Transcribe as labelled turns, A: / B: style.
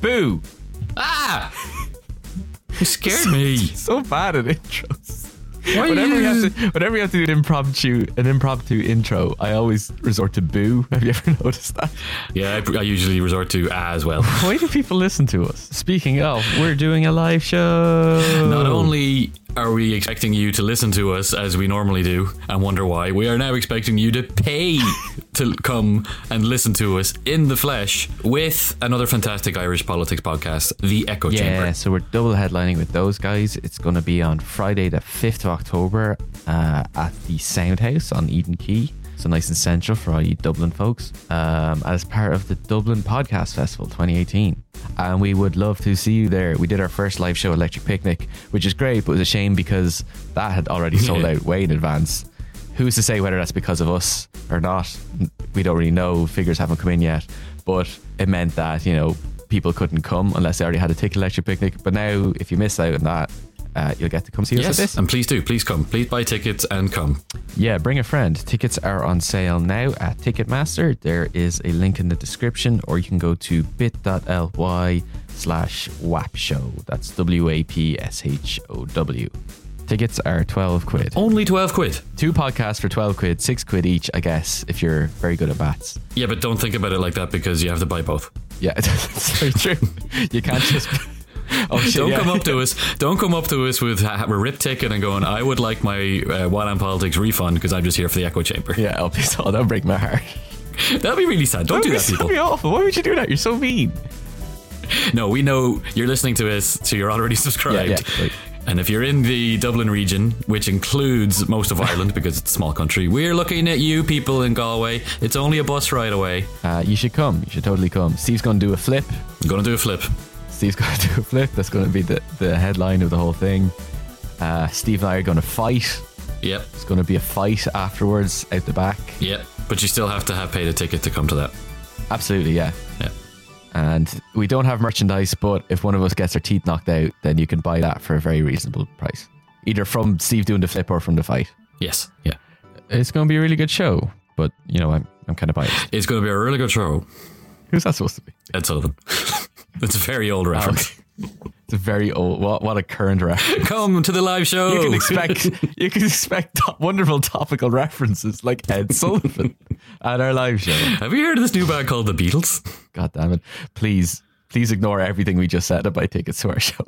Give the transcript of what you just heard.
A: Boo! Ah! You scared me.
B: So bad at intros.
A: Why do
B: Whenever we, have
A: you-
B: to, whenever we have to do an impromptu, an impromptu intro, I always resort to boo. Have you ever noticed that?
A: Yeah, I, I usually resort to ah as well.
B: Why do people listen to us? Speaking of, we're doing a live show.
A: Not only are we expecting you to listen to us as we normally do and wonder why, we are now expecting you to pay to come and listen to us in the flesh with another fantastic Irish politics podcast, The Echo
B: Yeah,
A: Chamber.
B: so we're double headlining with those guys. It's going to be on Friday, the 5th of October, uh, at the Sound House on Eden Key. So nice and central for all you Dublin folks, um, as part of the Dublin Podcast Festival 2018. And we would love to see you there. We did our first live show, Electric Picnic, which is great, but it was a shame because that had already sold out way in advance. Who's to say whether that's because of us or not? We don't really know. Figures haven't come in yet. But it meant that, you know, people couldn't come unless they already had a ticket electric picnic. But now, if you miss out on that, uh, you'll get to come see us at
A: Yes, Um,
B: this.
A: and please do, please come. Please buy tickets and come.
B: Yeah, bring a friend. Tickets are on sale now at Ticketmaster. There is a link in the description, or you can go to bit.ly slash WAP show. That's W A P S H O W. Tickets are 12 quid.
A: Only 12 quid.
B: Two podcasts for 12 quid, six quid each, I guess, if you're very good at bats.
A: Yeah, but don't think about it like that because you have to buy both.
B: Yeah, that's very true. You can't just. Oh, shit,
A: Don't
B: yeah.
A: come up to us. Don't come up to us with a a rip ticket and going. I would like my uh, One on Politics refund because I'm just here for the Echo Chamber.
B: Yeah, oh, please, oh, that'll break my heart.
A: That'd be really sad. Don't do that, people.
B: That'd be awful. Why would you do that? You're so mean.
A: No, we know you're listening to us, so you're already subscribed.
B: Yeah, yeah, right.
A: And if you're in the Dublin region, which includes most of Ireland because it's a small country, we're looking at you people in Galway. It's only a bus ride away.
B: Uh, you should come. You should totally come. Steve's going to do a flip.
A: I'm gonna do a flip.
B: Steve's going to do a flip. That's going to be the, the headline of the whole thing. Uh, Steve and I are going to fight.
A: Yep,
B: It's going to be a fight afterwards out the back.
A: yep. But you still have to have paid a ticket to come to that.
B: Absolutely, yeah.
A: Yeah.
B: And we don't have merchandise, but if one of us gets our teeth knocked out, then you can buy that for a very reasonable price. Either from Steve doing the flip or from the fight.
A: Yes. Yeah.
B: It's going to be a really good show, but you know, I'm, I'm kind of biased.
A: It's gonna be a really good show.
B: Who's that supposed to be?
A: Ed Sullivan. That's a very old reference.
B: It's a very old, what, what a current reference. Oh.
A: Come to the live show.
B: You can expect you can expect to- wonderful topical references like Ed Sullivan at our live show.
A: Have you heard of this new band called The Beatles?
B: God damn it! Please, please ignore everything we just said about tickets to our show.